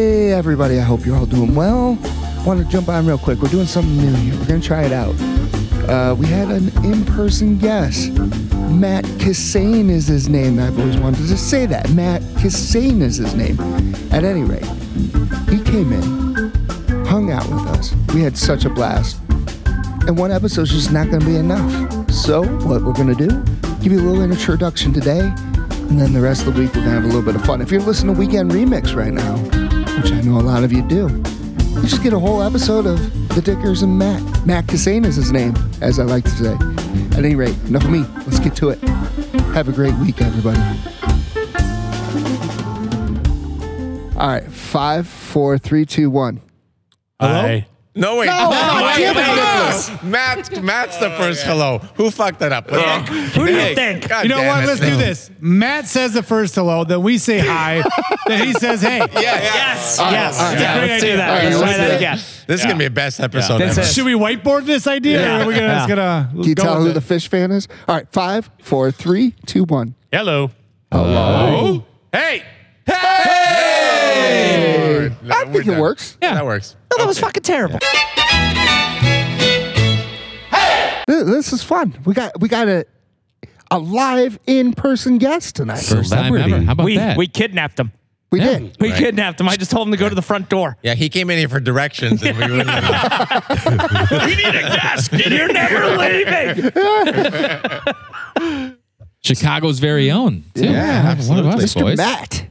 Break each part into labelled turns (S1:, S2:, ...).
S1: everybody. I hope you're all doing well. Want to jump on real quick. We're doing something new here. We're going to try it out. Uh, we had an in person guest. Matt Kissane is his name. I've always wanted to say that. Matt Kissane is his name. At any rate, he came in, hung out with us. We had such a blast. And one episode's just not going to be enough. So, what we're going to do, give you a little introduction today, and then the rest of the week, we're going to have a little bit of fun. If you're listening to Weekend Remix right now, which I know a lot of you do, you just get a whole episode of The Dickers and Matt. Matt Cassane is his name, as I like to say. At any rate, enough of me. Let's get to it. Have a great week, everybody. All right, five, four, three, two, one.
S2: Hi.
S3: No, wait.
S1: No, God damn it,
S3: no. Matt, Matt's the
S4: Oh,
S3: first hello. Who fucked that up? Who
S5: do you think?
S3: God
S2: You know
S3: damn
S2: what?
S3: it,
S2: Let's do
S3: Phil.
S2: this. Matt says the first hello, then we say hi, then he says hey.
S3: Yeah, yeah.
S5: Yes.
S3: All right,
S5: yes.
S3: all right,
S5: yeah,
S3: all right,
S5: let's
S3: all
S5: do that.
S3: right,
S5: let's
S3: let's
S5: try
S3: do
S5: that
S3: it. Oh,
S5: again.
S3: This is gonna be a best episode
S5: That's
S3: ever.
S5: it.
S2: Should we whiteboard this idea?
S5: Yeah.
S2: Or are we gonna,
S5: Yeah.
S2: just gonna
S1: Can you
S2: go
S1: tell
S2: with
S1: who
S2: it?
S1: the fish fan is? All right, five, four, three, two, one.
S4: Hello.
S3: Oh, hey, hey!
S1: I think it works.
S3: Yeah, that works.
S2: Oh,
S5: No, that was fucking terrible.
S1: Th- This is fun. We got we got a a live in person guest tonight.
S6: First time
S4: Celebrity.
S6: ever. How about
S5: We
S6: that?
S5: we kidnapped him.
S1: We
S6: Yeah.
S1: did.
S5: We kidnapped him. I just told him to go to the front door.
S3: Yeah, he came in here for directions, and we wouldn't. All
S5: we need a guest. You're never leaving.
S6: Chicago's very own. Too.
S3: Yeah, absolutely.
S6: One of us,
S3: Mr.
S6: boys.
S1: Matt.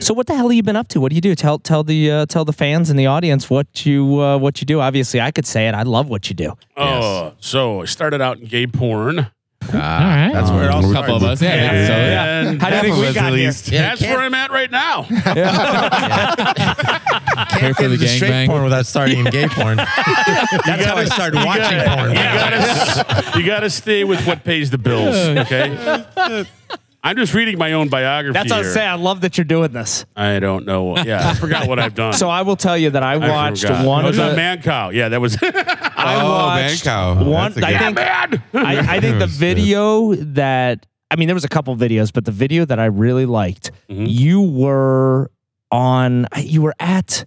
S5: So what the hell have you been up to? What do you do? Tell tell the uh, tell the fans and the audience what you uh, what you do. Obviously, I could say it. I love what you do.
S4: Oh, so I started out in gay porn.
S6: All right.
S3: That's where it all
S6: A couple of us.
S3: starts.
S6: Yeah.
S4: And
S6: so-
S5: How do you
S4: that's-
S5: think we got here?
S3: Yeah,
S4: that's
S3: can't-
S4: where I'm at right now.
S6: Care for the
S3: into straight
S6: gangbang.
S3: porn without starting in gay porn. That's how I started watching porn.
S4: You gotta, s- you gotta stay with what pays the bills, okay? I'm just reading my own biography.
S5: That's what I
S4: here.
S5: say. I love that you're doing this.
S4: I don't know. Yeah, I forgot what I've done.
S5: So I will tell you that I
S4: I
S5: watched
S4: forgot. Oh,
S5: one
S4: I
S5: of
S4: was on
S5: the.
S4: Man Cow. Yeah, that was.
S5: I
S6: Oh,
S5: watched
S6: Mancow.
S5: one.
S6: That's a
S5: I
S6: good-
S5: think
S4: Man!
S5: I, I think the video that I mean, there was a couple videos, but the video that I really liked, you were on, you were at,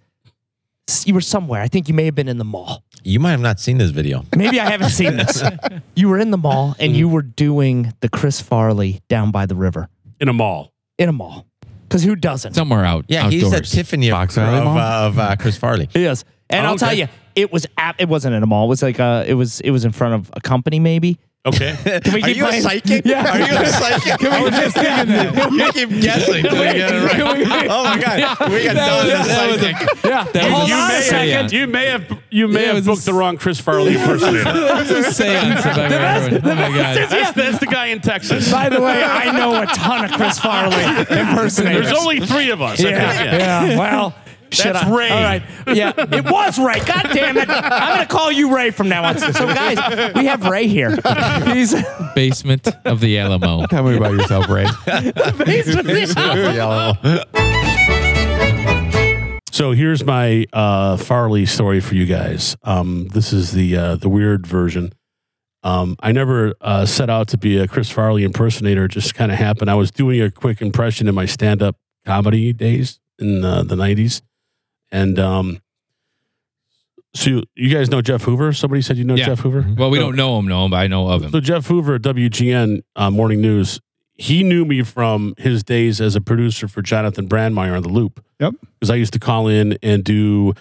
S5: you were somewhere. I think you may have been in the mall.
S3: You might have not seen this video.
S5: Maybe I haven't seen this. You were in the mall and you were doing the Chris Farley down by the river
S4: In a mall.
S5: in a mall. Because who doesn't?
S6: Somewhere out.
S3: Yeah,
S6: outdoors.
S3: he's a Tiffany of,
S6: Fox
S3: of,
S6: Valley Mall?
S3: uh, of uh, Chris Farley.
S5: Yes, and I'll
S4: Okay.
S5: tell you, it was at, it wasn't in a mall. It was like a, it was it was in front of a company maybe.
S4: Okay.
S5: Can we
S3: Are
S5: keep
S3: you a
S5: playing?
S3: psychic?
S5: Yeah.
S3: Are you a psychic? I was just thinking that. You keep guessing till you get it right. Oh my god, we got done with
S6: that was
S3: psychic.
S6: yeah, that
S5: Hold
S6: was
S5: on a
S6: a
S5: second.
S6: seance.
S4: You may have you may
S6: Yeah, it
S4: have
S6: was
S4: booked
S6: a-
S4: the wrong Chris Farley impersonator.
S6: That was a seance. if I've ever heard. Oh my god.
S4: That's, that's the guy in Texas.
S5: By the way, I know a ton of Chris Farley impersonators.
S4: There's only three of us. I
S5: yeah,
S4: think,
S5: yeah. Well, shit, I-
S4: Ray.
S5: All right. Yeah, it was Ray. God damn it! I'm gonna call you Ray from now on. So guys, we have Ray here. He's
S6: Basement of the Alamo.
S7: Tell me about yourself, Ray.
S4: So here's my uh, Farley story for you guys. Um, this is the uh, the weird version. Um, I never uh, set out to be a Chris Farley impersonator. It just kind of happened. I was doing a quick impression in my stand up comedy days in uh, the '90s, and um, so you guys know Jeff Hoover. Somebody said you know
S6: Yeah.
S4: Jeff Hoover.
S6: Well, we don't know him, no, but I know of him.
S4: So Jeff Hoover at WGN uh, Morning News, he knew me from his days as a producer for Jonathan Brandmeier on The Loop.
S2: Yep.
S4: Because I used to call in and do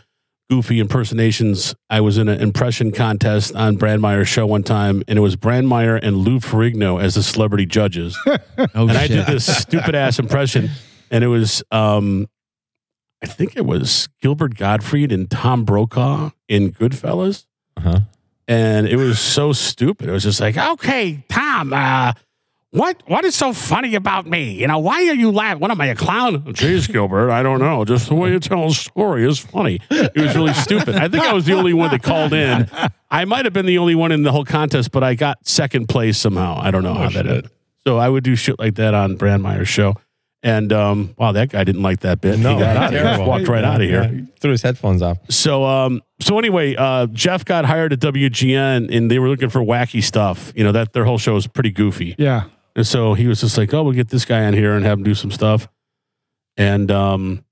S4: goofy impersonations. I was in an impression contest on Brandmeier's show one time, and it was Brandmeier and Lou Ferrigno as the celebrity judges.
S6: Oh
S4: and I
S6: shit.
S4: did this stupid ass impression, and it was, um, I think it was Gilbert Gottfried and Tom Brokaw in Goodfellas
S6: Uh-huh.
S4: and it was so stupid. It was just like, okay, Tom, uh, what what is so funny about me? You know, why are you laughing? What am I, a clown? Jeez, Gilbert, I don't know. Just the way you tell a story is funny. It was really stupid. I think I was the only one that called in. I might have been the only one in the whole contest, but I got second place somehow. I don't know
S3: Oh,
S4: how that ended. So I would do shit like that on Brandmeier's show. And um, wow, that guy didn't like that bit.
S3: No,
S4: he got out of here.
S3: terrible.
S4: Walked right out of here.
S3: Threw his headphones off.
S4: So um so anyway, uh Jeff got hired at WGN and they were looking for wacky stuff. You know, that their whole show is pretty goofy.
S2: Yeah.
S4: And so he was just like, "Oh, we'll get this guy in here and have him do some stuff." And um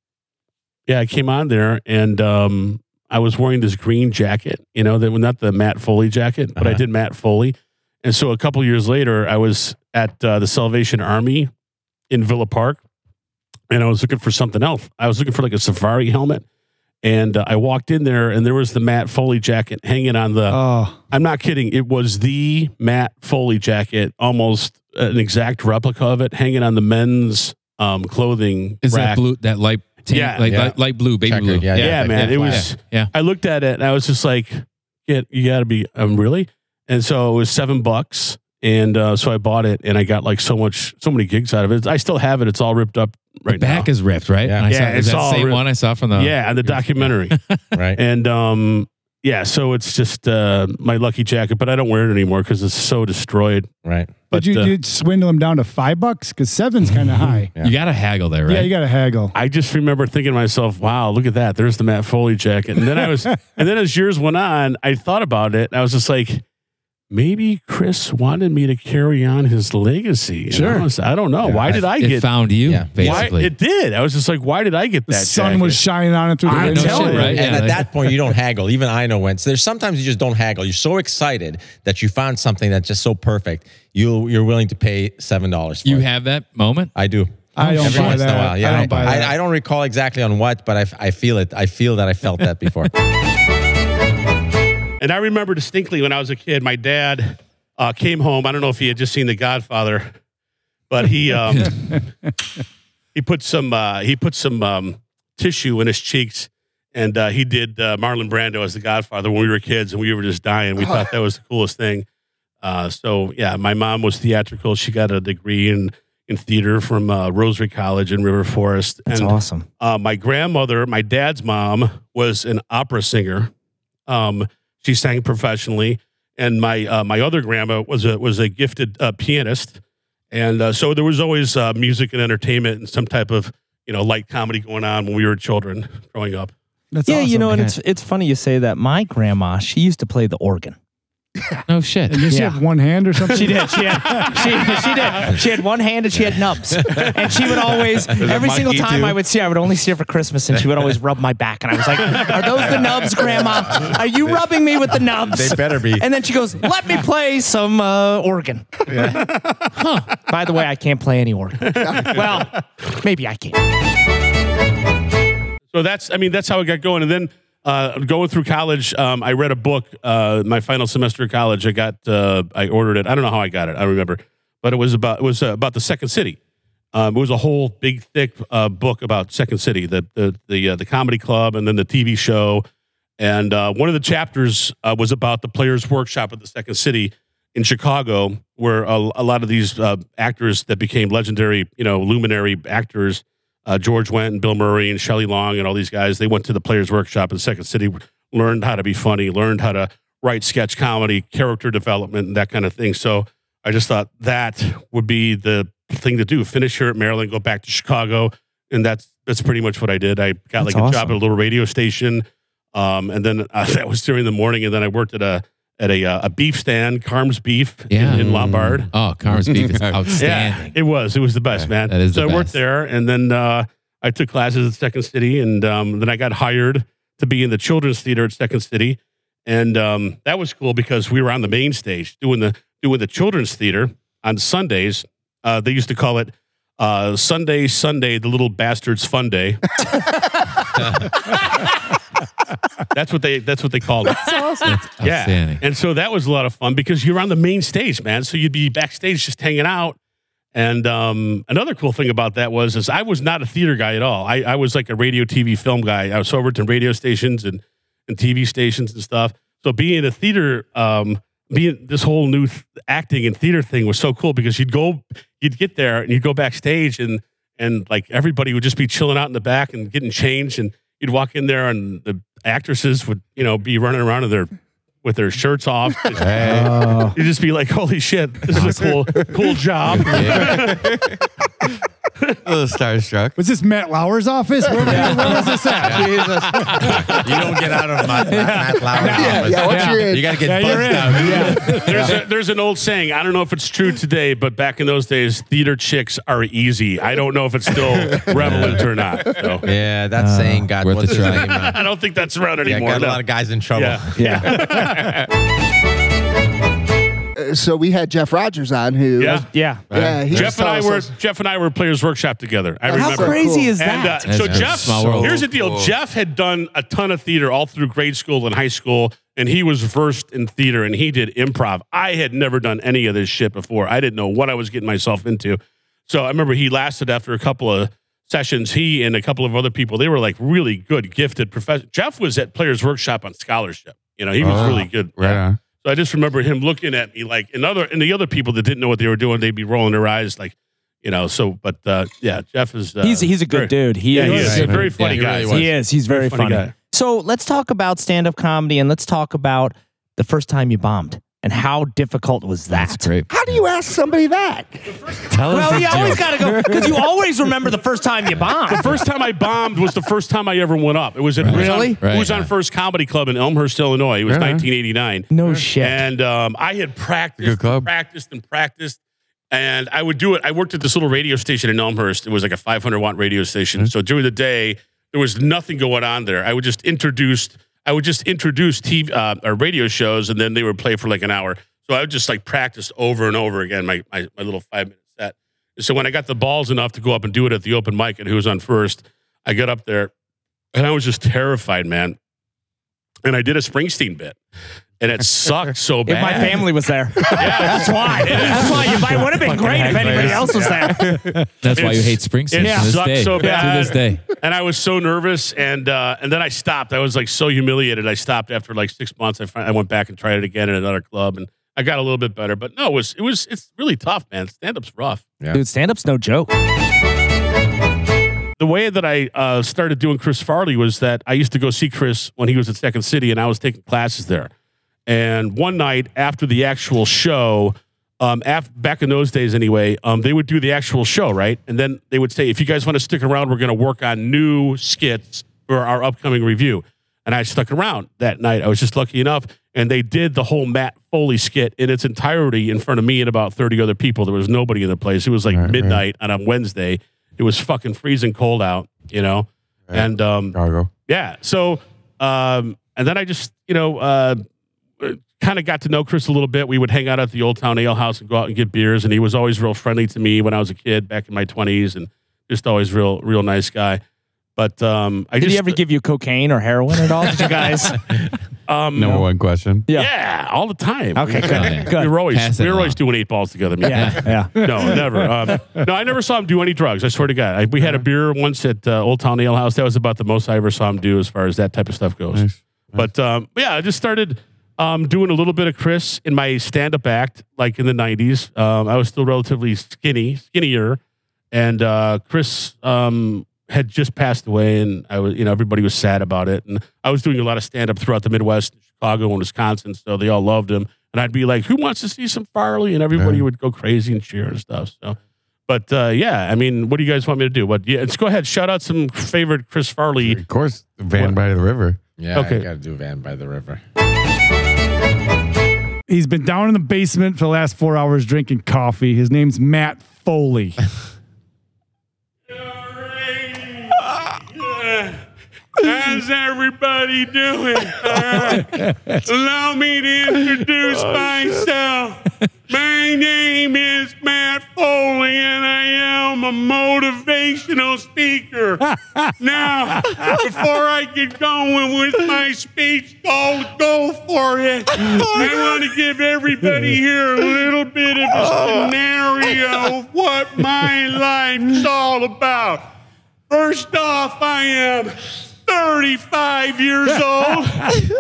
S4: Yeah, I came on there and um, I was wearing this green jacket, you know, that not the Matt Foley jacket, but I
S6: Uh-huh.
S4: did Matt Foley. And so a couple years later, I was at uh, the Salvation Army in Villa Park and I was looking for something else. I was looking for like a safari helmet. And uh, I walked in there and there was the Matt Foley jacket hanging on the.
S2: Oh,
S4: I'm not kidding. It was the Matt Foley jacket, almost an exact replica of it, hanging on the men's um, clothing
S6: Is
S4: rack.
S6: that blue? That light, tan,
S4: Yeah.
S6: like
S3: Yeah.
S6: Light, light blue, baby
S3: Checkered,
S6: blue.
S3: yeah,
S4: Yeah, man.
S3: that
S4: It
S3: black.
S4: was.
S6: Yeah.
S4: I looked at it and I was just like, "Get you got to be um really." And so it was seven bucks, and uh, so I bought it, and I got like so much, so many gigs out of it. I still have it. It's all ripped up right
S6: the back uh,
S4: now.
S6: is ripped, right?
S3: Yeah.
S6: And I
S4: Yeah,
S6: saw, is
S4: it's
S6: that the
S4: all
S6: same
S4: ripped.
S6: one I saw from the
S4: yeah, and the documentary,
S3: right?
S4: and um, yeah. So it's just uh, my lucky jacket, but I don't wear it anymore because it's so destroyed.
S3: Right.
S4: But
S2: but you
S4: uh,
S2: you swindle him down to five bucks because seven's kind of high.
S3: Yeah.
S6: You got to haggle there, right?
S2: Yeah, you got to haggle.
S4: I just remember thinking to myself, wow, look at that. There's the Matt Foley jacket. And then I was, and then as years went on, I thought about it. And I was just like, maybe Chris wanted me to carry on his legacy. you
S2: Sure.
S4: know? So I don't know.
S3: Yeah,
S4: why did I
S6: it
S4: get
S6: found you,
S3: Yeah.
S4: why,
S6: basically.
S4: It did. I was just like, why did I get
S2: The
S4: that?
S2: sun
S4: jacket?
S2: was shining on it through the
S4: I'm
S2: window.
S4: telling you.
S6: right?
S3: and
S6: Yeah,
S3: at
S6: like-
S3: that point, you don't haggle. Even I know when. So there's sometimes you just don't haggle. You're so excited that you found something that's just so perfect. You you're willing to pay seven dollars. for
S6: you
S3: it.
S6: have that moment?
S3: I do.
S2: I don't
S3: Every
S2: buy
S3: once in a
S2: that.
S3: while. Yeah,
S2: I don't buy that.
S3: I, don't recall exactly on what, but I, f- I feel it. I feel that I felt that before.
S4: And I remember distinctly when I was a kid, my dad uh, came home. I don't know if he had just seen The Godfather, but he um, he put some uh, he put some um, tissue in his cheeks, and uh, he did uh, Marlon Brando as The Godfather when we were kids, and we were just dying. We thought that was the coolest thing. Uh, so yeah, my mom was theatrical. She got a degree in in theater from uh, Rosary College in River Forest.
S5: That's
S4: and,
S5: awesome.
S4: uh, my grandmother, my dad's mom, was an opera singer. Um, she sang professionally, and my uh, my other grandma was a was a gifted uh, pianist, and uh, so there was always uh, music and entertainment and some type of you know light comedy going on when we were children growing up.
S2: That's
S5: yeah, you
S2: awesome.
S5: know, and it's it's funny you say that. My grandma, she used to play the organ.
S6: No shit.
S2: You should
S5: Yeah.
S2: have one hand or something.
S5: She did. She had, she, she did. She had one hand and she had nubs. And she would always, every single
S3: monkey
S5: time
S3: too?
S5: I would see her, I would only see her for Christmas and she would always rub my back. And I was like, Are those the nubs, Grandma? Are you rubbing me with the nubs?
S3: they better be.
S5: And then she goes, Let me play some uh, organ. Huh. By the way, I can't play any organ. Well, maybe I can.
S4: So that's, I mean, that's how it got going. And then uh, going through college, um, I read a book. Uh, my final semester of college, I got, uh, I ordered it. I don't know how I got it. I don't remember, but it was about it was uh, about the Second City. Um, it was a whole big thick uh, book about Second City, the the the, uh, the comedy club, and then the TV show. And uh, one of the chapters uh, was about the Players Workshop at the Second City in Chicago, where a, a lot of these uh, actors that became legendary, you know, luminary actors uh, George went and Bill Murray and Shelley Long and all these guys. They went to the Players Workshop in Second City, learned how to be funny, learned how to write sketch comedy, character development, and that kind of thing. So I just thought that would be the thing to do: finish here at Maryland, go back to Chicago, and that's that's pretty much what I did. I got
S5: That's
S4: like a job
S5: awesome.
S4: at a little radio station, um, and then uh, that was during the morning, and then I worked at a at a, uh, a beef stand, Carm's Beef in-
S6: Yeah.
S4: in, Lombard.
S6: Oh, Carmen's beef is outstanding.
S4: Yeah, it was. It was the best, man.
S6: that is
S4: so
S6: the
S4: I worked
S6: best.
S4: there, and then uh, I took classes at Second City, and um, then I got hired to be in the children's theater at Second City, and um, that was cool because we were on the main stage doing the doing the children's theater on Sundays. Uh, they used to call it uh, Sunday Sunday, the little bastards fun day. that's what they that's what they called it. Yeah.
S6: Outstanding.
S4: And so that was a lot of fun because you're on the main stage, man. So you'd be backstage just hanging out. And um, another cool thing about that was is I was not a theater guy at all. I, I was like a radio, TV, film guy. I was over to radio stations and, and TV stations and stuff. So being a theater, um, being this whole new th- acting and theater thing was so cool because you'd go, you'd get there and you'd go backstage and and like everybody would just be chilling out in the back and getting changed and you'd walk in there and the actresses would you know be running around in their with their shirts off. You'd just be like, "Holy shit, this is a cool, cool job."
S7: a little starstruck.
S2: Was this Matt Lauer's office? Where, where was this at?
S7: Jesus. you don't get out of my, my,
S1: Yeah, yeah, once
S2: Yeah.
S1: you're in,
S7: You got to get
S2: Yeah, you're
S7: buzzed
S2: in.
S7: out.
S4: There's, a, there's an old saying. I don't know if it's true today, but back in those days, theater chicks are easy. I don't know if it's still relevant or not. so.
S3: Yeah, that saying got
S6: worth
S3: what's
S6: a
S3: his
S6: try.
S3: name? uh,
S4: I don't think that's around
S3: Yeah,
S4: anymore.
S3: got a
S4: no.
S3: lot of guys in trouble.
S4: Yeah.
S5: Yeah.
S1: so we had Jeff Rogers on who
S4: Yeah.
S5: yeah.
S1: Yeah, he
S4: Jeff
S1: just
S4: and I
S1: told
S4: were
S1: us-
S4: Jeff and I were Players Workshop together. I
S1: How
S5: How
S4: remember.
S1: crazy
S5: crazy
S1: cool.
S5: is
S4: And
S5: that?
S4: uh, so
S6: That's
S4: Jeff,
S6: small world.
S4: here's the deal.
S7: Cool.
S4: Jeff had done a ton of theater all through grade school and high school, and he was versed in theater and he did improv. I had never done any of this shit before. I didn't know what I was getting myself into. So I remember he lasted after a couple of sessions. He and a couple of other people, they were like really good, gifted professors. Jeff was at Players Workshop on scholarship. You know, he was
S7: Oh,
S4: really good.
S7: Right on.
S4: So I just remember him looking at me like, and other and the other people that didn't know what they were doing, they'd be rolling their eyes like, you know. So, but uh, yeah, Jeff is uh,
S5: He's he's a good
S4: very-
S5: dude. He
S4: Yeah,
S5: is.
S4: he is.
S6: Right.
S4: a very funny
S3: he
S4: guy.
S3: really was.
S5: He is. He's very,
S4: Very funny
S5: funny.
S4: guy.
S5: So let's talk about stand-up comedy and let's talk about the first time you bombed and how difficult was that?
S6: That's great.
S1: How do you ask somebody that?
S6: Tell us
S5: Well,
S6: the
S5: you
S6: joke.
S5: always got to go because you always remember the first time you bombed.
S4: first time I bombed was the first time I ever went up. It was at it was on-
S5: Really?
S4: It was on,
S6: Right, yeah.
S4: First Comedy Club in Elmhurst, Illinois. It was
S7: Yeah.
S4: 1989.
S5: No shit.
S4: And um, I had practiced,
S7: Good club.
S4: practiced, and practiced. And I would do it. I worked at this little radio station in Elmhurst. It was like a 500 watt radio station. So during the day, there was nothing going on there. I would just introduce, I would just introduce TV uh, or radio shows, and then they would play for like an hour. So I would just like practice over and over again my my, my little five minute set. So when I got the balls enough to go up and do it at the open mic, and who was on first, I got up there, and I was just terrified, man. And I did a Springsteen bit, and it sucked so bad.
S5: if my family was there, that's why. That's why you might would have been great if anybody else was there.
S6: That's why you
S4: It's-
S6: hate Springsteen
S4: it
S6: to this
S4: sucks
S6: day.
S4: so bad.
S6: To this day.
S4: and I was so nervous, and uh, and then I stopped. I was like so humiliated. I stopped after like six months. I fin- I went back and tried it again at another club, and I got a little bit better. But no, it was it was it's really tough, man. Stand up's rough.
S5: Dude, stand-up's no joke.
S4: The way that I uh, started doing Chris Farley was that I used to go see Chris when he was at Second City, and I was taking classes there. And one night after the actual show, um, af- back in those days anyway, um, they would do the actual show, right? And then they would say, if you guys want to stick around, we're going to work on new skits for our upcoming review. And I stuck around that night. I was just lucky enough. And they did the whole Matt Foley skit in its entirety in front of me and about 30 other people. There was nobody in the place. It was like midnight on a Wednesday. It was fucking freezing cold out, you know? And um,
S7: Chicago.
S4: yeah. So, um, and then I just, you know, uh, kind of got to know Chris a little bit. We would hang out at the Old Town Ale House and go out and get beers. And he was always real friendly to me when I was a kid back in my 20s and just always real, real nice guy. But um, I
S5: Did
S4: just,
S5: he ever give you cocaine or heroin at all? Did you guys?
S4: um,
S7: Number one question.
S4: yeah. all the time.
S5: Okay,
S6: Yeah.
S5: good.
S4: We
S5: good.
S4: were always,
S6: Pass it
S4: we were always
S6: along.
S4: doing eight balls together. man.
S5: Yeah, yeah.
S4: No, never. Um, no, I never saw him do any drugs. I swear to God. I, we had a beer once at uh, Old Town Ale House. That was about the most I ever saw him do as far as that type of stuff goes.
S7: Nice.
S4: But um, yeah, I just started um, doing a little bit of Chris in my stand up act, like in the 90s. Um, I was still relatively skinny, skinnier. And uh, Chris um, had just passed away, and I was, you know, everybody was sad about it. And I was doing a lot of stand up throughout the Midwest, Chicago, and Wisconsin. So they all loved him. And I'd be like, who wants to see some Farley? And everybody
S7: Yeah.
S4: would go crazy and cheer and stuff. So. But uh, yeah, I mean, what do you guys want me to do? What? Yeah, let's go ahead. Shout out some favorite Chris Farley
S7: Of course, Van by the River.
S3: Yeah,
S4: Okay.
S3: I got to do Van by the River.
S2: He's been down in the basement for the last four hours drinking coffee. His name's Matt Foley.
S4: How's everybody doing? Uh, allow me to introduce myself. My name is Matt Foley, and I am a motivational speaker. now, before I get going with my speech, I'll go for it. I want to give everybody here a little bit of a scenario of what my life's all about. First off, I am 35 years old.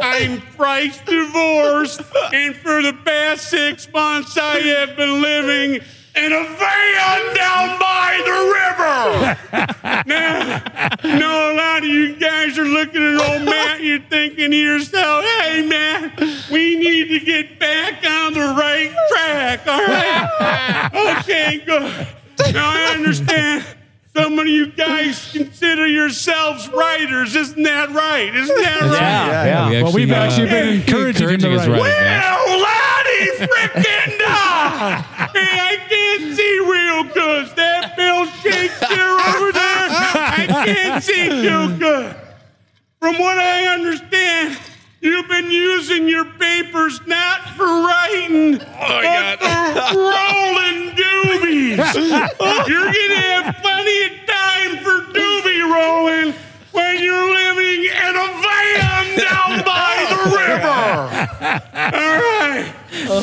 S4: I'm thrice divorced. And for the past six months, I have been living in a van down by the river. Now, I know a lot of you guys are looking at old Matt. You're thinking to yourself, hey, man, we need to get back on the right track. All right? Okay, good. Now, I understand you guys consider yourselves writers. Isn't that right? Isn't that right?
S5: Yeah,
S6: We
S5: yeah.
S2: Well, we've actually been
S6: uh,
S2: encouraging him to
S6: his
S2: write.
S6: writing, man.
S4: Well, Lottie frickin' da! Hey, I can't see real good. That Bill Shakespeare over there, I can't see too good. From what I understand, you've been using your papers not for writing, but for rolling doobies. You're gonna have plenty of time for doobie rolling when you're living in a van down by the river. All right.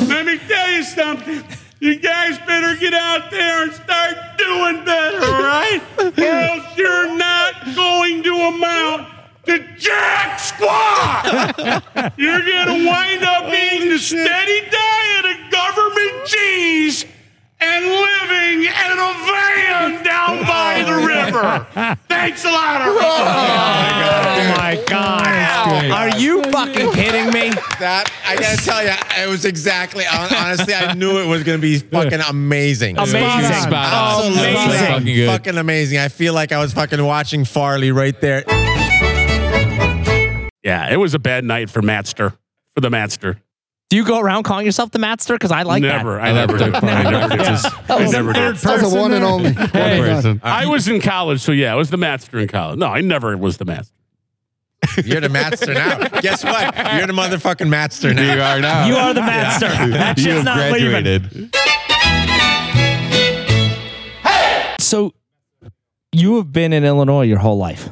S4: Let me tell you something. You guys better get out there and start doing better, all right? Or else you're not going to amount to jack squat. You're going to wind up eating a steady diet of government cheese and living in a van down by the river. Thanks a lot, everybody.
S5: Oh my god! Are you fucking kidding me?
S3: That I gotta tell you, it was exactly hon- honestly. I knew it was gonna be fucking amazing.
S5: Amazing.
S6: Spot on.
S3: Absolutely
S6: Spot on.
S5: Amazing.
S6: Fucking good.
S3: fucking amazing. I feel like I was fucking watching Farley right there.
S4: Yeah, it was a bad night for Matster, for the Matster.
S5: Do you go around calling yourself the Matster? Because I like
S4: never,
S5: that.
S4: I
S6: I like
S4: never
S6: third
S4: did.
S6: party
S4: I never did.
S6: references.
S4: I never did.
S1: That's the one and only. One
S7: One
S1: and done.
S7: person.
S4: I was in college, so yeah, I was the master in college. No, I never was the master.
S3: You're the master now. Guess what? You're the motherfucking master
S7: You
S3: now.
S7: are now.
S5: You are the Matster. That
S7: You
S5: shit's
S7: have
S5: not leaving.
S7: graduated.
S5: So you have been in Illinois your whole life.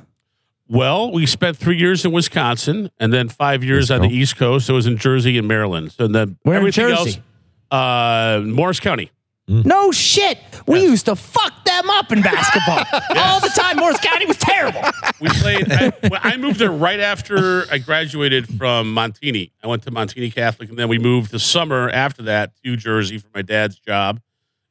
S4: Well, we spent three years in Wisconsin and then five years on the East Coast. So it was in Jersey and Maryland. So then
S5: Where in
S4: everything
S5: Jersey?
S4: else, uh, Morris County.
S5: No shit. We used to fuck them up in basketball all the time. Morris County was terrible.
S4: We played. I, well, I moved there right after I graduated from Montini. I went to Montini Catholic, and then we moved the summer after that to Jersey for my dad's job,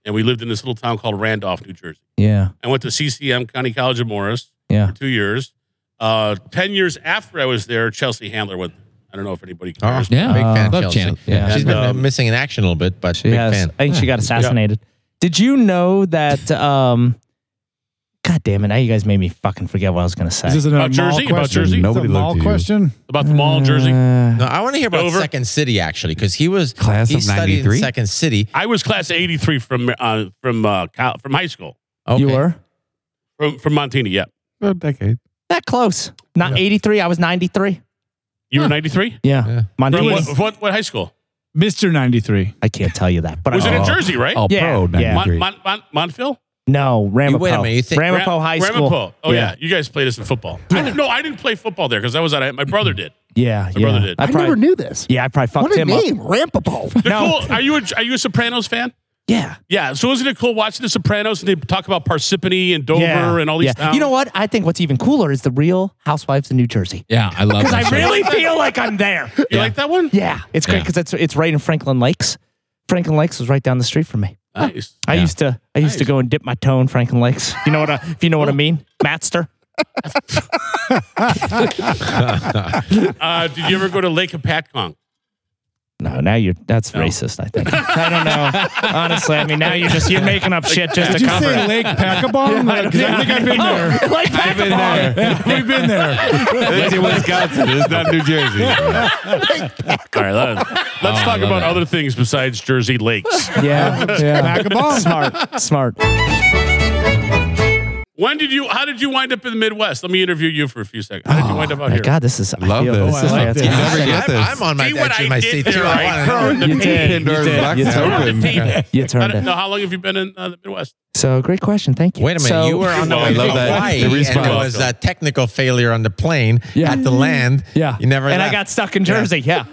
S4: and we lived in this little town called Randolph, New Jersey.
S5: Yeah,
S4: I went to CCM County College of Morris
S5: yeah.
S4: for two years. Uh, Ten years after I was there, Chelsea Handler went. I don't know if anybody
S5: Uh-huh.
S4: cares.
S6: Yeah.
S3: Big fan,
S6: Love
S3: Chelsea.
S6: Janet.
S5: Uh, Yeah.
S3: She's been uh,
S4: Um,
S3: missing in action a little bit, but
S5: She
S3: big
S5: has.
S3: fan.
S5: I think she got assassinated. Did you know that? Um, God damn it! Now you guys made me fucking forget what I was gonna say.
S2: Is this another
S4: About Jersey?
S2: mall
S4: About
S2: question?
S4: Jersey?
S2: Is it
S7: Nobody
S2: a
S7: looked
S2: mall
S7: at you.
S2: question.
S4: About the mall in
S5: Uh,
S4: Jersey.
S3: No, I want to hear about
S4: Dover?
S3: Second City actually, because he was
S7: Class
S3: he
S7: of
S3: studied in
S7: 93?
S3: Second City.
S4: I was class of '83 from uh, from uh, col- from high school
S3: Okay.
S5: You were
S4: from from Montini. Yeah,
S7: A decade.
S5: that close. Not eighty three. I was ninety three.
S4: you were '93.
S5: Yeah.
S3: Yeah.
S5: My
S4: From
S5: name
S4: what,
S5: was-
S4: what what high school?
S2: Mr. 93.
S5: I can't tell you that. But
S4: Was
S5: I,
S4: it in Jersey? Right?
S7: Oh,
S5: Yeah,
S7: pro
S5: yeah.
S7: 93.
S4: Mon, Mon, Mon, Montville?
S5: No, Ramapo.
S3: You- wait a minute, you think-
S5: Ramapo
S4: Ram-
S5: High School.
S4: Ramapo. Oh, yeah. You guys played us in football. I didn't, no, I didn't play football there because I was at my brother did.
S5: Yeah,
S4: My
S5: yeah.
S4: brother did.
S1: I
S5: probably,
S1: never knew this.
S5: Yeah, I probably fucked
S1: What a
S5: him up.
S1: name, Rampapo.
S4: They're
S5: No.
S4: cool. Are you a, are you a Sopranos fan?
S5: Yeah.
S4: Yeah. So isn't it cool watching The Sopranos and they talk about Parsippany and Dover and all these
S5: yeah.
S4: towns?
S5: You know what? I think what's even cooler is the real Housewives of New Jersey.
S6: Yeah, I love
S5: Because
S6: that
S5: I
S6: show.
S5: really feel like I'm there.
S4: You like that one?
S5: Yeah, it's great
S6: Yeah.
S5: because it's it's right in Franklin Lakes. Franklin Lakes was right down the street from me.
S4: Nice.
S5: I
S6: Yeah.
S5: used to I used to go and dip my toe in Franklin Lakes. You know what? I, if you know what I mean, Matster.
S4: Uh, did you ever go to Lake Hepatcong?
S5: No, now you're that's racist. I think. I don't know. Honestly, I mean, now you're just you're making up shit just
S2: Did
S5: to
S2: you
S5: cover
S2: say
S5: it.
S2: Lake Packabong? Like, 'cause I think I've been
S5: Oh,
S2: there.
S5: like I've been there.
S2: Yeah, we've been there.
S7: It's in Wisconsin. It's not New Jersey.
S4: All right. Let, us
S5: Oh,
S6: I
S4: talk
S6: love
S4: about
S6: it.
S4: other things besides Jersey Lakes.
S5: Yeah, yeah. Smart, smart.
S4: when did you, how did you wind up in the Midwest? Let me interview you for a few seconds. How did you wind up out
S5: Oh, My
S4: here?
S5: God, this is. I
S7: Love
S5: feel-
S7: this.
S5: This is
S2: I like
S5: fantastic.
S2: this.
S7: You never
S3: I'm,
S7: get this.
S3: I'm on my
S4: See what
S3: edge of
S4: I
S3: my
S4: did
S3: seat
S4: there?
S3: too.
S4: I
S3: I
S4: turned
S2: Oh,
S3: want
S4: the
S3: to
S5: You did. You
S7: Indoors
S5: did.
S7: box
S5: You
S7: is
S5: turned
S7: open.
S5: it. You
S4: I
S5: turned
S4: don't
S5: it.
S4: know. How long have you been in uh, the Midwest?
S5: So great question. Thank you.
S3: Wait a minute,
S5: So-
S3: you were on the
S4: Well,
S3: way
S4: I
S3: to
S4: love that.
S3: Hawaii,
S7: The
S3: and there
S7: response.
S3: was a technical failure on the plane
S5: Yeah.
S3: at the land.
S5: Yeah.
S3: you never.
S5: And
S3: left.
S5: I got stuck in Jersey. Yeah.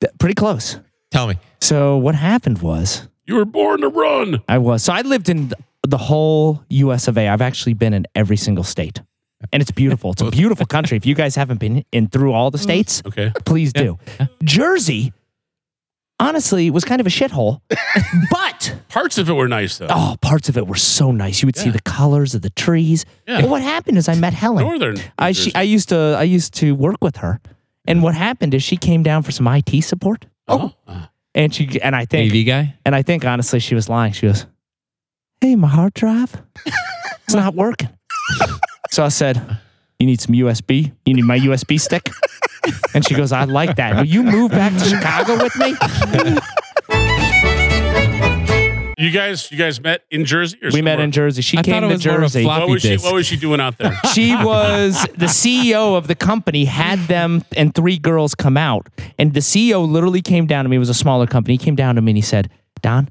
S5: Th- Pretty close.
S3: Tell me,
S5: So what happened was
S4: You were born to run.
S5: I was so I lived in th- the whole U.S. of A. I've actually been in every single state, and it's beautiful. It's a beautiful country. If you guys haven't been in through all the states,
S4: Mm. Okay.
S5: please do. Jersey, honestly, was kind of a shithole, but.
S4: Parts of it were nice though.
S5: Oh, parts of it were so nice. You would see the colors of the trees.
S4: Yeah.
S5: Well, what happened is I met Helen.
S4: Northern.
S5: I
S4: New
S5: she,
S4: Jersey.
S5: I used to I used to work with her, and what happened is she came down for some IT support.
S6: Uh-huh.
S4: Oh.
S5: and she and I think
S6: AV guy.
S5: and I think honestly she was lying. She was, "Hey, my hard drive." It's not working. so I said, You need some USB? You need my USB stick? And she goes, I like that. Will you move back to Chicago with me?
S4: You guys, you guys met in Jersey? Or
S5: We met
S4: somewhere?
S5: in Jersey. She
S6: I
S5: came
S6: thought it
S5: to
S6: was more of a
S5: Jersey.
S6: flop-
S4: What was she?
S6: Floppy disk.
S4: What was she doing out there?
S5: She was the CEO of the company, had them and three girls come out. And the CEO literally came down to me, it was a smaller company. He came down to me and he said, Don,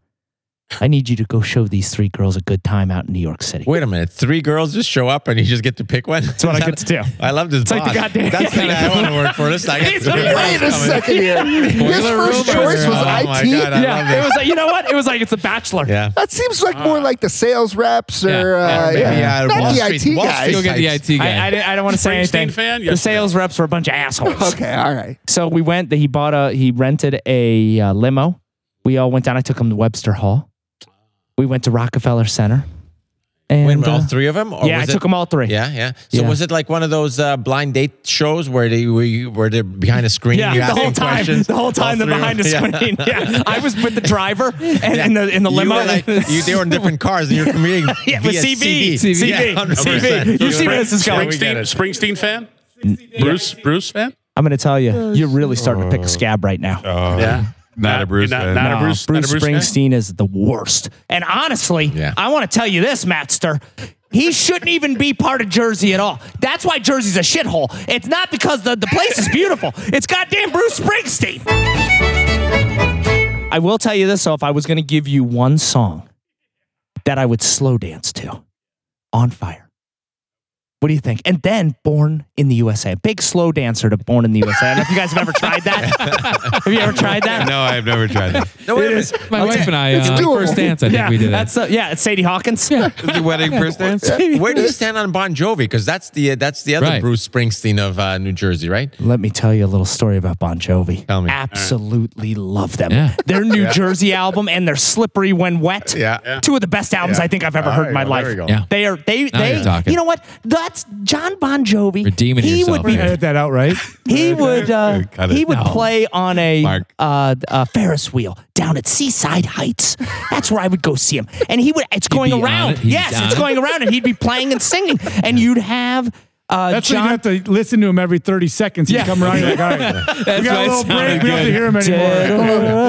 S5: I need you to go show these three girls a good time out in New York City.
S3: Wait a minute. Three girls just show up and you just get to pick one? That's
S5: what I get to do.
S3: I love this
S5: like
S3: boss.
S5: the goddamn-
S3: That's the guy I want to work for. This I got
S5: It's
S3: three
S5: amazing.
S3: girls
S1: Wait a
S3: coming.
S1: second here. His
S6: Boiler
S1: first
S6: room
S1: choice was
S6: or-
S3: Oh my
S1: IT.
S3: God, I love
S5: yeah,
S3: this.
S5: it was like you know what? It was like it's a bachelor.
S3: Yeah.
S1: That seems like more like the sales reps or
S6: Yeah.
S1: uh,
S3: Maybe,
S1: yeah.
S3: uh,
S1: not
S3: Wall
S1: the
S3: Street-
S1: IT
S3: Wall
S1: guys.
S3: Street
S6: Go get the IT
S5: I, I,
S6: guy.
S5: didn't- I don't want to say
S4: Springsteen
S5: anything.
S4: fan?
S5: The
S4: Yes.
S5: sales reps were a bunch of assholes.
S1: Okay, all right.
S5: So we went. He bought a. He rented a uh, limo. We all went down. I took him to Webster Hall. We went to Rockefeller Center. And
S3: Wait a minute,
S5: uh,
S3: all three of them? Or
S5: yeah, I
S3: was it-
S5: took them all three.
S3: Yeah, yeah. So
S5: Yeah.
S3: was it like one of those uh, blind date shows where they were you, where they're behind a screen?
S5: Yeah,
S3: and you
S5: the
S3: ask
S5: whole
S3: them
S5: time,
S3: questions?
S5: the whole time,
S3: All
S5: the
S3: three of
S5: behind the
S3: them? Yeah.
S5: screen. Yeah. I was with the driver and in the in the
S3: You
S5: limo.
S3: were like- you- they were in different cars, and you're commuting.
S5: yeah, with
S3: via
S5: CB,
S3: CB.
S5: CB,
S3: Yeah, 100%.
S5: CB. You see where this is
S3: Yeah, we
S5: going?
S3: get
S4: Springsteen,
S3: it.
S4: Springsteen fan? Bruce, Bruce fan?
S5: I'm going to tell you, you're really starting to pick a scab right now.
S4: yeah.
S7: Not a Bruce.
S4: Not,
S7: fan.
S4: not
S5: No,
S4: a Bruce.
S5: Bruce
S4: not a Bruce fan?
S5: Springsteen is the worst. And honestly,
S3: Yeah.
S5: I want to tell you this, Mattster. He shouldn't even be part of Jersey at all. That's why Jersey's a shithole. It's not because the, the place is beautiful. It's goddamn Bruce Springsteen. I will tell you this, though, if I was going to give you one song that I would slow dance to, On Fire. What do you think? And then Born in the USA. Big slow dancer to Born in the USA. I don't know if you guys have ever tried that. have you ever tried that?
S7: No, I've never tried that.
S3: No, wait a minute.
S6: My wife and I,
S1: It's
S6: uh,
S1: doable.
S6: first dance, I think we did that.
S5: That's uh, yeah, it's Sadie Hawkins. Yeah.
S7: the wedding first dance.
S3: Where do you stand on Bon Jovi? Because that's the uh, that's the other
S6: Right.
S3: Bruce Springsteen of uh, New Jersey, right?
S5: Let me tell you a little story about Bon Jovi.
S3: Tell me.
S5: Absolutely love them.
S6: Yeah.
S5: Their New Jersey album and their Slippery When Wet.
S3: Yeah. Yeah.
S5: Two of the best albums I think I've ever
S3: All
S5: heard
S3: right,
S5: in my
S3: well,
S5: life.
S3: there you go.
S6: Yeah.
S5: They are they
S6: Now you're
S5: they
S6: talking.
S5: you know what? That's John Bon Jovi.
S6: Redeeming
S5: he
S6: yourself
S5: would be
S6: here.
S2: Edit that out, right?
S5: he would uh,
S7: Cut it.
S5: he would
S6: No.
S5: play on a
S7: Mark.
S5: uh, uh, Ferris wheel down at Seaside Heights. That's where I would go see him, and he would. It's going
S6: be on
S5: around.
S6: it? He'd be
S5: Yes,
S6: on
S5: it's
S6: it?
S5: going around, and he'd be playing and singing, and you'd have uh,
S2: That's
S5: John.
S2: why you have to listen to him every 30 seconds.
S5: Yeah.
S2: You come around, you're like, all right, we got
S6: why
S2: a
S6: it
S2: little
S6: sounded
S2: break. We don't have to
S6: good.
S2: hear him anymore.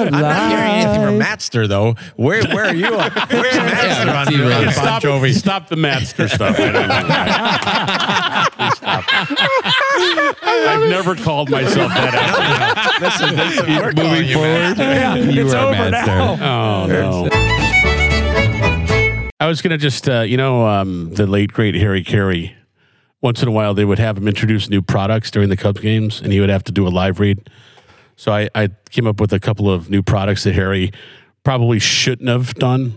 S5: I'm
S3: I'm not hearing anything from Matster though. Where where are you? Where's Matster
S6: Yeah,
S3: on, on
S6: T-Rex. Yeah,
S3: Bon
S4: Stop,
S3: Jovi?
S4: stop the Matster stuff. I don't know. Please stop. I've never called myself that out.
S3: Listen, listen, we're calling
S7: Moving
S3: you
S7: forward.
S6: You
S5: it's
S6: were a
S5: over
S6: mad
S5: now.
S6: star.
S4: Oh no. I was gonna just, uh, you know, um, the late great Harry Carey. Once in a while, they would have him introduce new products during the Cubs games, and he would have to do a live read. So I, I came up with a couple of new products that Harry probably shouldn't have done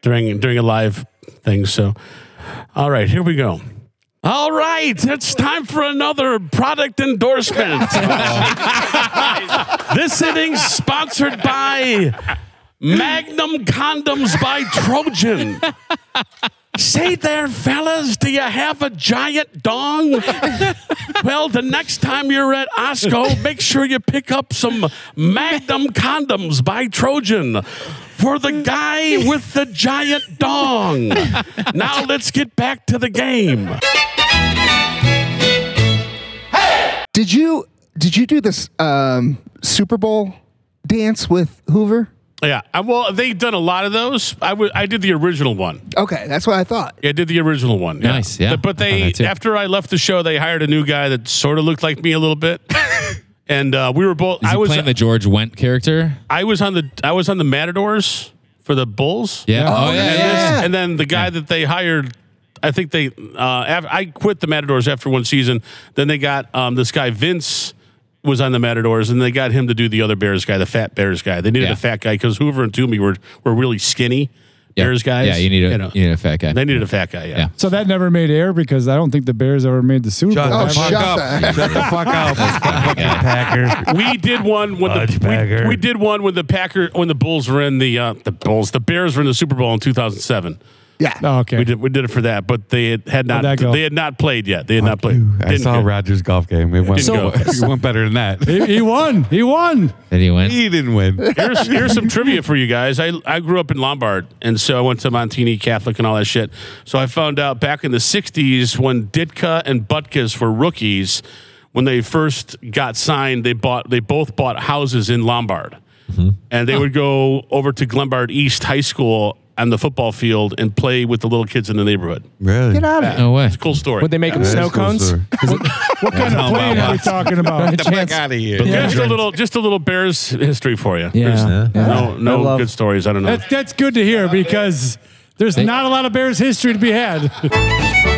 S4: during during a live thing. So, all right, here we go. All right, it's time for another product endorsement. this inning's sponsored by Magnum Condoms by Trojan. Say there, fellas, do you have a giant dong? well, the next time you're at Osco, make sure you pick up some Magnum condoms by Trojan for the guy with the giant dong. now let's get back to the game.
S1: Did you did you do this um, Super Bowl dance with Hoover?
S4: Yeah, uh, well, they've done a lot of those. I wa- I did the original one.
S1: Okay, that's what I thought.
S4: Yeah, I did the original one. yeah.
S6: Nice, yeah.
S4: But
S6: I
S4: they
S6: did too.
S4: after I left the show, they hired a new guy that sort of looked like me a little bit, and uh, we were both.
S6: Is he
S4: I was
S6: playing the George Went character?
S4: I was on the I was on the Matadors for the Bulls.
S6: Yeah. Oh,
S4: And,
S6: yeah,
S4: this-
S6: yeah.
S4: and then the guy that they hired, I think they. Uh, af I quit the Matadors after one season. Then they got um, this guy Vince was on the Matadors, and they got him to do the other Bears guy, the fat Bears guy. They needed
S6: Yeah.
S4: a fat guy because Hoover and Toomey were were really skinny
S6: Yeah.
S4: Bears guys.
S6: Yeah, you need a you,
S4: know.
S6: need a fat guy.
S4: they needed a fat guy. Yeah.
S6: Yeah.
S2: So that never made air because I don't think the Bears ever made the Super Bowl.
S7: Shut
S1: Oh,
S7: the fuck
S1: shut
S7: up. Shut the fuck up.
S4: we did one when the we, we did one when the Packer when the Bulls were in the uh, the Bulls the Bears were in the Super Bowl in 2007.
S1: Yeah.
S2: Oh, okay.
S4: We did we did it for that, but they had- had not
S2: that go?
S4: they had not played yet. They had not played.
S7: I saw
S4: go.
S7: Rogers golf game. It went,
S4: So-
S7: it went better than that.
S2: He, he won. He won.
S6: Then he went.
S7: He didn't win.
S4: here's, here's some trivia for you guys. I, I grew up in Lombard, and so I went to Montini Catholic and all that shit. So I found out back in the 60s when Ditka and Butkus were rookies, when they first got signed, they bought they both bought houses in Lombard. And they would go over to Glenbard East High School on the football field and play with the little kids in the neighborhood.
S7: Really?
S1: Get out of
S6: No way.
S4: Cool story.
S5: Would they make them snow cones?
S2: What kind of plane are we talking about?
S7: the fuck out of here.
S4: Just a little just a little Bears history for you.
S5: Yeah.
S4: No
S5: I
S4: no
S5: love-
S4: good stories. I don't know.
S2: That's that's good to hear because there's not a lot of Bears history to be had.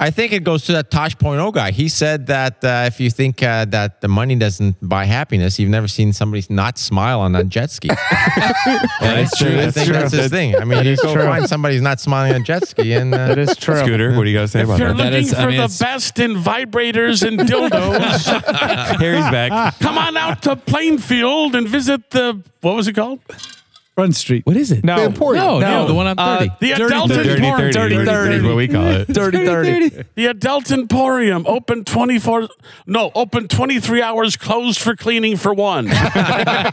S3: I think it goes to that Tosh.0 guy. He said that uh, if you think uh, that the money doesn't buy happiness, you've never seen somebody not smile on a jet ski.
S6: That's
S3: I
S6: true.
S3: think that's his thing. I mean, you go find somebody who's not smiling on a jet ski, and uh,
S5: It's true.
S7: Scooter, what do you got to say about
S4: You're
S7: that?
S4: looking
S6: That is-
S4: for
S6: I mean,
S4: the
S6: it's-
S4: best in vibrators and dildos.
S7: Harry's back.
S4: Come on out to Plainfield and visit the what was it called?
S2: Front Street.
S6: What is it?
S1: the
S5: No.
S1: important.
S6: No, no,
S5: No. uh,
S6: the one on 30.
S4: The
S2: Dirty
S4: Adult,
S7: The
S2: Dirty
S7: dirty
S4: Emporium.
S7: 30.
S5: Dirty
S7: Dirty
S5: 30.
S7: 30 is what we call it.
S5: Dirty, dirty.
S4: the Adult Emporium open 24 no, open 23 hours closed for cleaning for one.
S5: You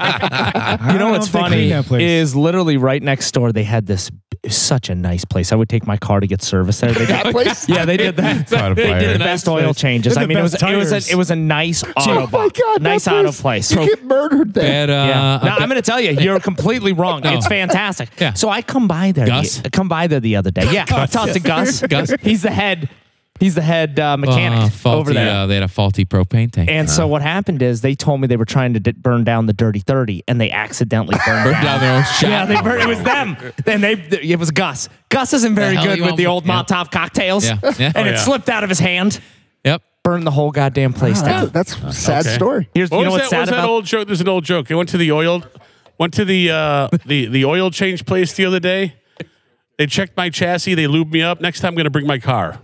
S5: know
S2: I
S5: what's
S2: don't think we
S5: funny
S2: know, please.
S5: is literally right next door. They had this such a nice place. I would take my car to get service there. They got,
S1: place?
S5: yeah, they did that.
S7: Caught a
S6: They
S7: fire.
S6: did
S5: The
S6: Nice
S5: best oil
S6: place.
S5: changes.
S2: They're
S5: I
S2: the
S5: mean, it was
S2: best
S5: it was
S2: tires.
S5: a, it was a nice auto,
S1: Oh my God.
S5: nice
S1: that
S5: auto place.
S1: You get murdered there.
S6: Bad, uh,
S5: Yeah.
S6: a
S5: No, I'm
S6: bad-
S5: going to tell you, you're completely wrong.
S6: No.
S5: It's fantastic.
S6: Yeah.
S5: So I come by there.
S6: Gus?
S5: the- I come by there the other day. Yeah, I talked to Gus.
S6: Gus?
S5: He's the head. He's the head uh, mechanic
S6: uh, faulty,
S5: over there.
S6: Uh, they had a faulty propane tank.
S5: And so what happened is they told me they were trying to d- burn down the Dirty Thirty, and they accidentally burned,
S6: Burned down their own shop.
S5: Yeah, they burned. It was them. Then they. It was Gus. Gus isn't very
S6: hell
S5: good
S6: you
S5: with
S6: want
S5: the
S6: me-
S5: old
S6: yeah.
S5: Molotov cocktails,
S6: Yeah, yeah.
S5: and
S6: Oh,
S5: it
S4: yeah.
S5: slipped out of his hand.
S6: yep.
S5: Burned the whole goddamn place
S1: Wow,
S5: down.
S1: That's a sad story.
S5: Here's
S4: What
S5: you know
S4: was
S5: what's
S4: that, what was
S5: sad
S4: that
S5: about
S4: old joke? There's an old joke. It went to the oil went to the uh the, the oil change place the other day. They checked my chassis, they lubed me up. Next time I'm gonna bring my car.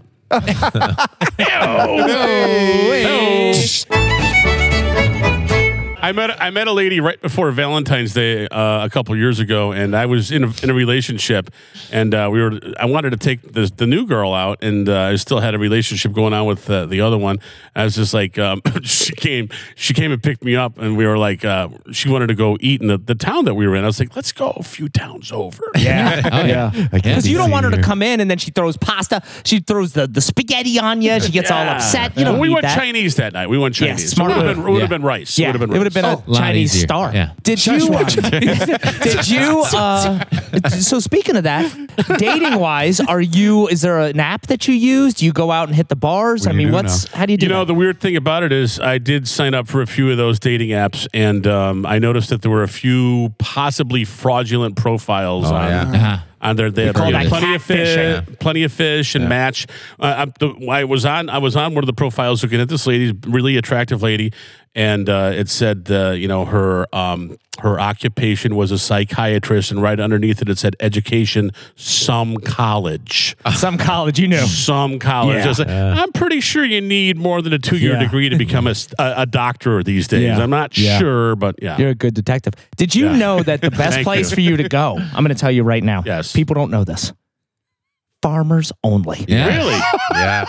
S4: I met I met a lady right before Valentine's Day uh, a couple years ago, and I was in a, in a relationship, and uh, we were I wanted to take the the new girl out, and uh, I still had a relationship going on with uh, the other one. I was just like, um, she came she came and picked me up, and we were like, uh, she wanted to go eat in the, the town that we were in. I was like, let's go a few towns over.
S5: Yeah.
S6: Oh, yeah.
S7: can't
S5: Because you don't want her to
S7: Senior.
S5: come in and then she throws pasta. She throws the, the spaghetti on you. She gets all
S4: Yeah.
S5: upset. You
S4: Well,
S5: don't
S4: we
S5: need
S4: went
S5: that.
S4: Chinese that night. We went
S5: Yeah,
S4: Chinese.
S5: smart
S4: it would
S5: move.
S4: have been, it would've
S6: Yeah.
S4: been rice.
S5: Yeah,
S4: It would have been
S5: it would have
S4: rice.
S5: been a
S6: lot
S5: Chinese
S6: easier.
S5: star.
S6: Yeah.
S5: Did you? uh, did you? Uh, so speaking of that, dating wise, are you? Is there an app that you use? Do you go out and hit the bars?
S7: What
S5: I
S7: do
S5: mean,
S7: you do
S5: what's how do you do?
S4: You know,
S5: that?
S4: the weird thing about it is I did sign up for a few of those dating apps, and um, I noticed that there were a few possibly fraudulent profiles on,
S6: Uh-huh.
S4: on there. They had
S5: call
S4: you know,
S5: that
S4: plenty of fish,
S5: catfishing.
S4: plenty of fish, and match. Uh, I, the, I was on, I was on one of the profiles looking at this lady, really attractive lady, and uh, it said, uh, you know, her um, her occupation was a psychiatrist, and right underneath it, it said education, some college
S5: some college you knew.
S4: some college.
S5: Yeah.
S4: I was like, I'm pretty sure you need more than a two year
S5: Yeah.
S4: degree to become a, s- a- a doctor these days.
S5: Yeah.
S4: I'm not
S5: Yeah.
S4: sure, but yeah.
S5: You're a good detective. Did you
S4: Yeah.
S5: know that the best
S4: Thank
S5: place
S4: you.
S5: for you to go? I'm going to tell you right now.
S4: Yes.
S5: People don't know this. Farmers only.
S6: Yeah.
S4: really?
S7: Yeah.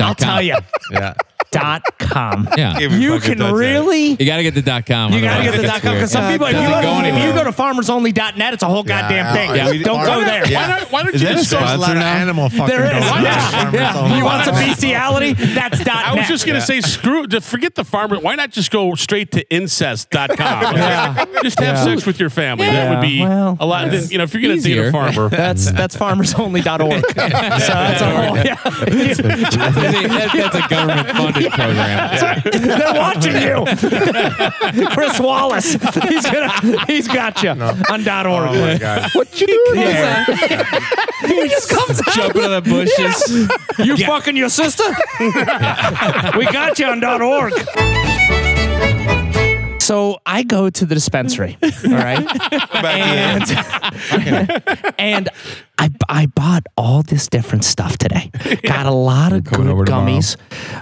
S5: I'll tell you.
S7: Yeah.
S5: dot com.
S6: Yeah. You,
S5: You
S7: Fucking touch
S5: can
S7: that.
S5: really
S6: gotta get the dot com.
S5: gotta
S6: otherwise it gets weird.
S5: some people, if you,
S6: Doesn't
S5: go
S6: go
S5: to, if
S6: anywhere.
S5: you go to farmersonly.net, it's a whole goddamn
S7: Yeah,
S5: thing.
S7: yeah, we-
S5: Don't go
S7: Farmers-
S5: there.
S7: Yeah.
S4: Why don't, why don't you
S7: Is that a
S4: just go?
S3: there's a lot
S7: sponsor
S3: of
S7: now?
S3: animal fucking
S5: There is.
S3: going on.
S5: Yeah.
S3: Farmers
S5: yeah.
S3: only.
S5: You want some bestiality? That's dot
S4: I was
S5: net.
S4: just going to say, screw, just forget the farmer. Why not just go straight to incest.com? Just have sex with your family. That would be
S5: Yeah, well,
S4: a lot. Then, you know, if you're going to date a
S6: easier.
S4: farmer,
S5: that's that's farmersonly.org. so that's a whole, yeah.
S6: That- that's a government funded program.
S5: They're watching you. Chris Wallace. He's gonna he's got you on dot org.
S7: Oh my God.
S1: What you doing there?
S5: He just comes out.
S6: Jumping on the bushes.
S5: You fucking your sister? we got you on .org. So I go to the dispensary, all right?
S7: Back to
S5: and and I, I bought all this different stuff today. Got a lot of good
S7: coming over tomorrow.
S5: gummies.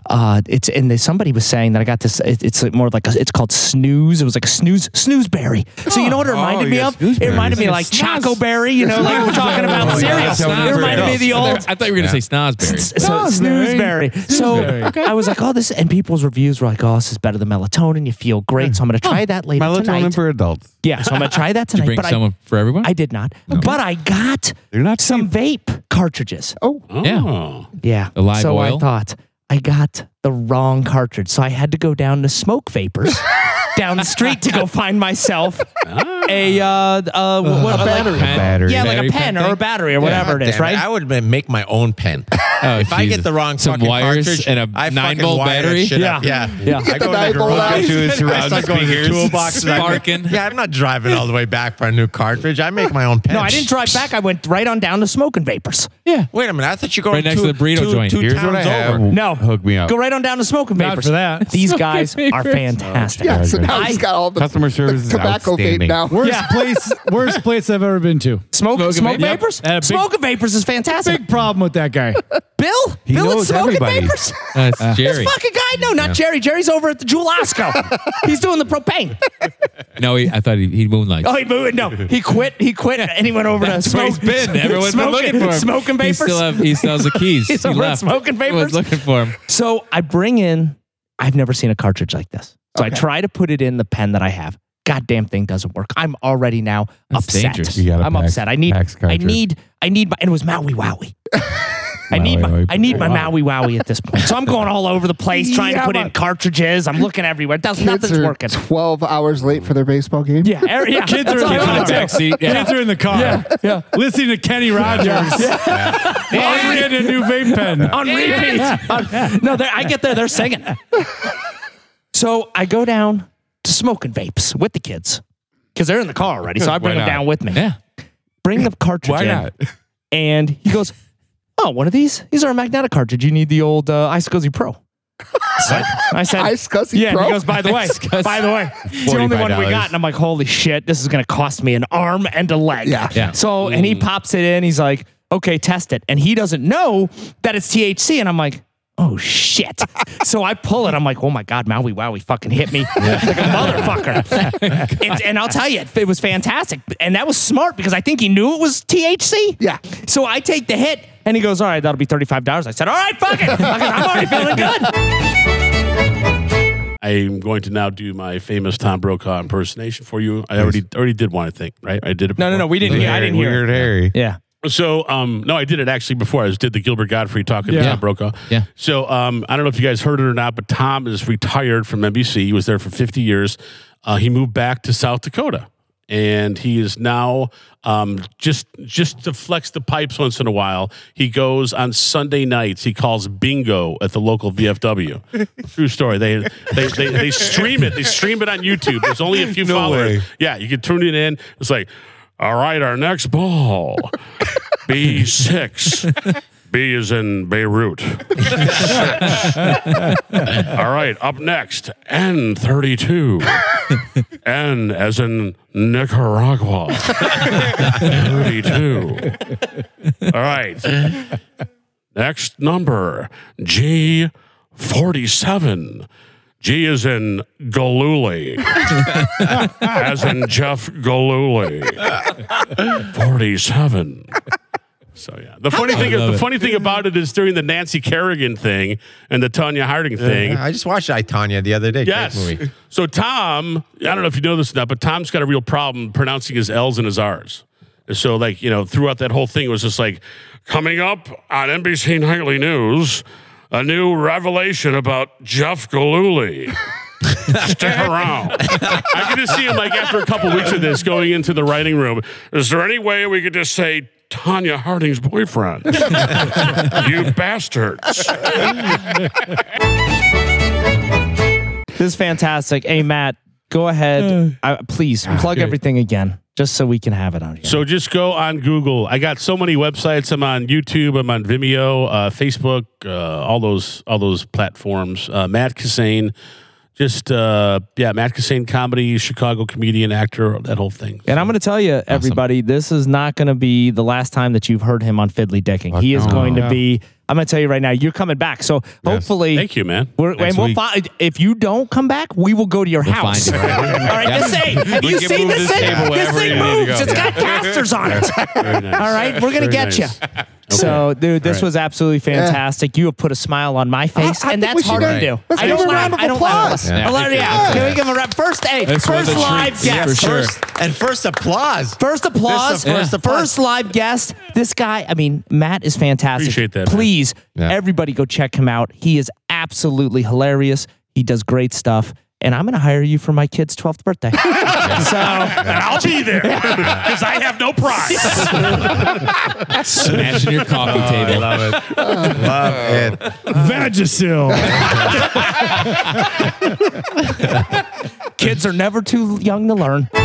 S5: Uh, it's and they, somebody was saying that I got this. It, it's like more like a, it's called snooze. It was like a snooze snoozeberry. So you know what it reminded
S7: you
S5: me
S7: got
S5: of?
S7: snoozeberries.
S5: It reminded me like Choco Berry. You know, like we're talking about
S7: Oh, yeah,
S5: cereal.
S7: that's how it
S5: It
S7: is.
S5: reminded me of the
S6: I
S5: old
S6: thought- I thought you were going to say Snosberry.
S5: S- So snoozeberry. So I was like, oh, this, and people's reviews were like, oh, this is better than melatonin. You feel great. So I'm going to try that later
S7: Melatonin
S5: tonight.
S7: for adults.
S5: yeah, so I'm going to try that tonight.
S6: Bring
S5: but I-
S6: someone for everyone.
S5: I, did not. But I got
S7: You're not
S5: some vape cartridges.
S1: Oh,
S6: Yeah.
S4: Oh.
S5: Yeah.
S6: The live
S5: so I
S6: oil?
S5: thought I got the wrong cartridge. So I had to go down to Smoke Vapors down the street to go find myself a, uh, uh, what, what- like-
S7: Battery.
S5: yeah, like
S6: Battery
S5: a pen
S6: pen
S5: or a
S6: thing?
S5: battery or whatever
S3: God
S5: it is,
S3: damn
S5: right?
S3: I would ma- make my own pen.
S6: Oh,
S3: if I get
S6: Jesus.
S3: the wrong
S6: some
S3: fucking
S6: wires
S3: cartridge,
S6: and a
S3: I
S6: nine
S3: fucking
S6: volt
S3: wire that
S6: battery.
S3: shit up. Yeah,
S5: Yeah.
S3: I go in
S1: nine
S3: the
S1: volt out.
S3: garage.
S1: Go
S7: to his
S3: I start going to the
S6: speakers.
S3: toolbox. and I go,
S6: Sparking.
S3: Yeah, I'm not driving all the way back for a new cartridge. I make my own pen.
S5: No, I didn't drive back. I went right on down to Smoke and Vapors.
S6: yeah.
S3: Wait a minute. I thought you were going
S6: Right next
S3: two-
S6: to the burrito
S3: two-
S6: joint.
S3: Two
S7: Here's what
S3: towns
S7: I
S3: over.
S7: have.
S5: No.
S7: Hook me up.
S5: Go right on down to Smoke and
S2: Not
S5: Vapors.
S2: for that.
S5: These
S6: Smoke
S5: guys
S6: and
S5: are
S6: Vapors.
S5: fantastic.
S1: yeah. So now
S5: I-
S1: he's got all the
S7: Customer service is
S1: tobacco vape
S7: outstanding.
S1: now.
S2: Worst place, worst place I've ever been to.
S5: Smoke, smoke,
S6: and Vapors. Yep.
S5: Vapors?
S2: And a big-
S5: smoke and Vapors is fantastic.
S2: Big problem with that guy.
S5: Bill?
S7: He
S5: Bill and
S7: knows
S5: Smoke
S7: everybody.
S5: and Vapors?
S6: That's Jerry.
S5: This fucking guy? No, not Jerry. Jerry's over at the Jewel Osco. He's doing the propane.
S6: No, he, I thought he, he moonlights.
S5: Oh, he moved. No, he quit. He quit, and he went over to
S6: That's where
S5: smoke.
S6: he's been. Everyone's been
S5: smoking-
S6: looking for him.
S5: Smoking
S6: He
S5: vapors.
S6: still have, he still has the keys.
S5: He's
S6: he
S5: over at
S6: left.
S5: smoking vapors.
S6: Everyone's looking for him.
S5: so I bring in. I've never seen a cartridge like this. So I try to put it in the pen that I have. Goddamn thing doesn't work. I'm already now
S6: That's
S5: upset.
S6: dangerous.
S7: You got a
S5: I'm
S7: Max-
S5: upset. I need.
S7: Max
S5: I
S7: cartridge.
S5: need. I need my. And it was Maui Wowie. I need
S7: Maui
S5: my
S7: Wowie.
S5: I need my Maui Wowie at this point. So I'm going all over the place trying to put in cartridges. I'm looking everywhere. It does,
S1: Kids
S5: nothing's
S1: are
S5: working.
S1: 12 hours late for their baseball game.
S5: Yeah, er- yeah.
S2: Kids are
S5: That's all
S2: in the
S5: I wanna
S2: car.
S5: do.
S6: Back seat. Yeah.
S2: Kids are in the car. Yeah, yeah. Listening to Kenny Rogers. While he's getting a new vape pen.
S5: on repeat. On- no, they're- I get there, they're singing. so I go down to smoking vapes with the kids because they're in the car already. So I bring
S7: Why
S5: them
S7: not?
S5: down with me.
S6: Yeah.
S5: Bring the cartridge
S7: Why
S5: in,
S7: not?
S5: and he goes, "Oh, one of these? These are a magnetic cartridge. You need the old uh, Ice Cozy Pro." So I said,
S1: Ice Cussy
S5: yeah, and
S1: Pro.
S5: he goes, by the way,
S6: Disgusting.
S5: by the way, it's the only one we got.
S7: $45.
S5: And I'm like, holy shit, this is going to cost me an arm and a leg.
S1: Yeah.
S6: Yeah.
S5: So, and he pops it in. He's like, okay, test it. And he doesn't know that it's THC. And I'm like, oh shit. so I pull it. I'm like, oh my God, Maui Wowie fucking hit me like a motherfucker. It- and I'll tell you, it, it was fantastic. And that was smart because I think he knew it was THC.
S1: Yeah.
S5: So I take the hit. And he goes, all right, that'll be $35. I said, all right, fuck it. I said, I'm already feeling good.
S4: I'm going to now do my famous Tom Brokaw impersonation for you. I already already did one, I think, right? I did it.
S5: No, no, no,
S4: before.
S5: we didn't hear I didn't hear
S7: Weird Harry.
S5: Yeah.
S4: So, um, no, I did it actually before. I just did the Gilbert Godfrey talking to
S2: Yeah.
S4: Tom Brokaw.
S6: Yeah.
S4: So, um, I don't know if you guys heard it or not, but Tom is retired from NBC. He was there for 50 years. Uh, he moved back to South Dakota, and he is now um, just just to flex the pipes once in a while. He goes on Sunday nights. He calls bingo at the local VFW. True story. They they, they they stream it. They stream it on YouTube. There's only a few
S7: No
S4: followers.
S7: way.
S4: Yeah, you can tune it in. It's like, all right, our next ball, B six. B is in Beirut. Six. All right, up next, N thirty two. N as in Nicaragua. thirty two. All right. Next number, G forty seven. G is in Galuli as in Jeff Galuli, 47. So yeah, the funny thing is, the funny thing about it is during the Nancy Kerrigan thing and the Tanya Harding thing.
S3: I just watched I Tanya the other day.
S4: Yes.
S3: Great movie.
S4: So Tom, I don't know if you know this or not, but Tom's got a real problem pronouncing his L's and his R's. So like you know, throughout that whole thing, it was just like coming up on NBC Nightly News, a new revelation about Jeff Galooly. Stick around. I could just see him like after a couple weeks of this going into the writing room. Is there any way we could just say Tanya Harding's boyfriend? you bastards.
S5: This is fantastic. Hey, Matt, go ahead. Uh, please
S6: Ah,
S5: plug everything again, just so we can have it on here.
S4: So just go on Google. I got so many websites. I'm on YouTube. I'm on Vimeo, uh, Facebook, uh, all those all those platforms. Uh, Matt Cassane. just uh, yeah, Matt Cassane comedy, Chicago comedian, actor, that whole thing.
S5: And I'm going to tell you, everybody, this is not going to be the last time that you've heard him on Fiddly Dicking. he is going to be. I'm going to tell you right now, you're coming back. So hopefully,
S4: Thank you, man.
S5: We're, and
S6: Next
S5: we'll
S6: week.
S5: fi- if you don't come back, we will go to your house.
S6: find you.
S5: All right,
S6: Yeah.
S5: this thing. Have
S6: We
S5: you
S6: can
S5: seen
S6: move
S5: this
S6: this
S5: thing?
S6: table
S5: This
S6: wherever
S5: thing
S6: you need to
S5: moves.
S6: go.
S5: It's got casters on it.
S4: Very nice.
S5: All right, we're gonna
S4: Very
S5: get
S4: nice.
S5: you. So, dude, this was absolutely fantastic. You have put a smile on my face,
S1: I- I
S5: and
S1: think we
S5: that's
S1: should
S5: hard to
S1: have-
S5: do.
S1: let's
S5: I
S1: give
S5: don't
S1: him a round
S5: laugh.
S1: of
S5: I don't laugh.
S1: applause.
S6: Yeah,
S5: I'll
S6: I
S5: let it
S6: think
S5: out.
S6: we
S5: Can
S6: should.
S5: we give him a rep? First, hey,
S6: This was
S5: first
S6: a treat.
S5: live
S6: Yeah,
S5: guest.
S6: for sure.
S5: First,
S3: And first applause.
S5: First applause.
S3: This is the first
S5: first, live guest. This guy, I mean, Matt is fantastic.
S4: Appreciate that, man.
S5: Please,
S7: Yeah.
S5: everybody go check him out. He is absolutely hilarious. He does great stuff. And I'm going to hire you for my kid's 12th birthday. so,
S4: And I'll be there because I have no prize.
S6: Smashing your coffee
S7: I
S6: table.
S7: love it.
S3: Uh,
S7: love it.
S2: Vagisil.
S5: kids are never too young to learn.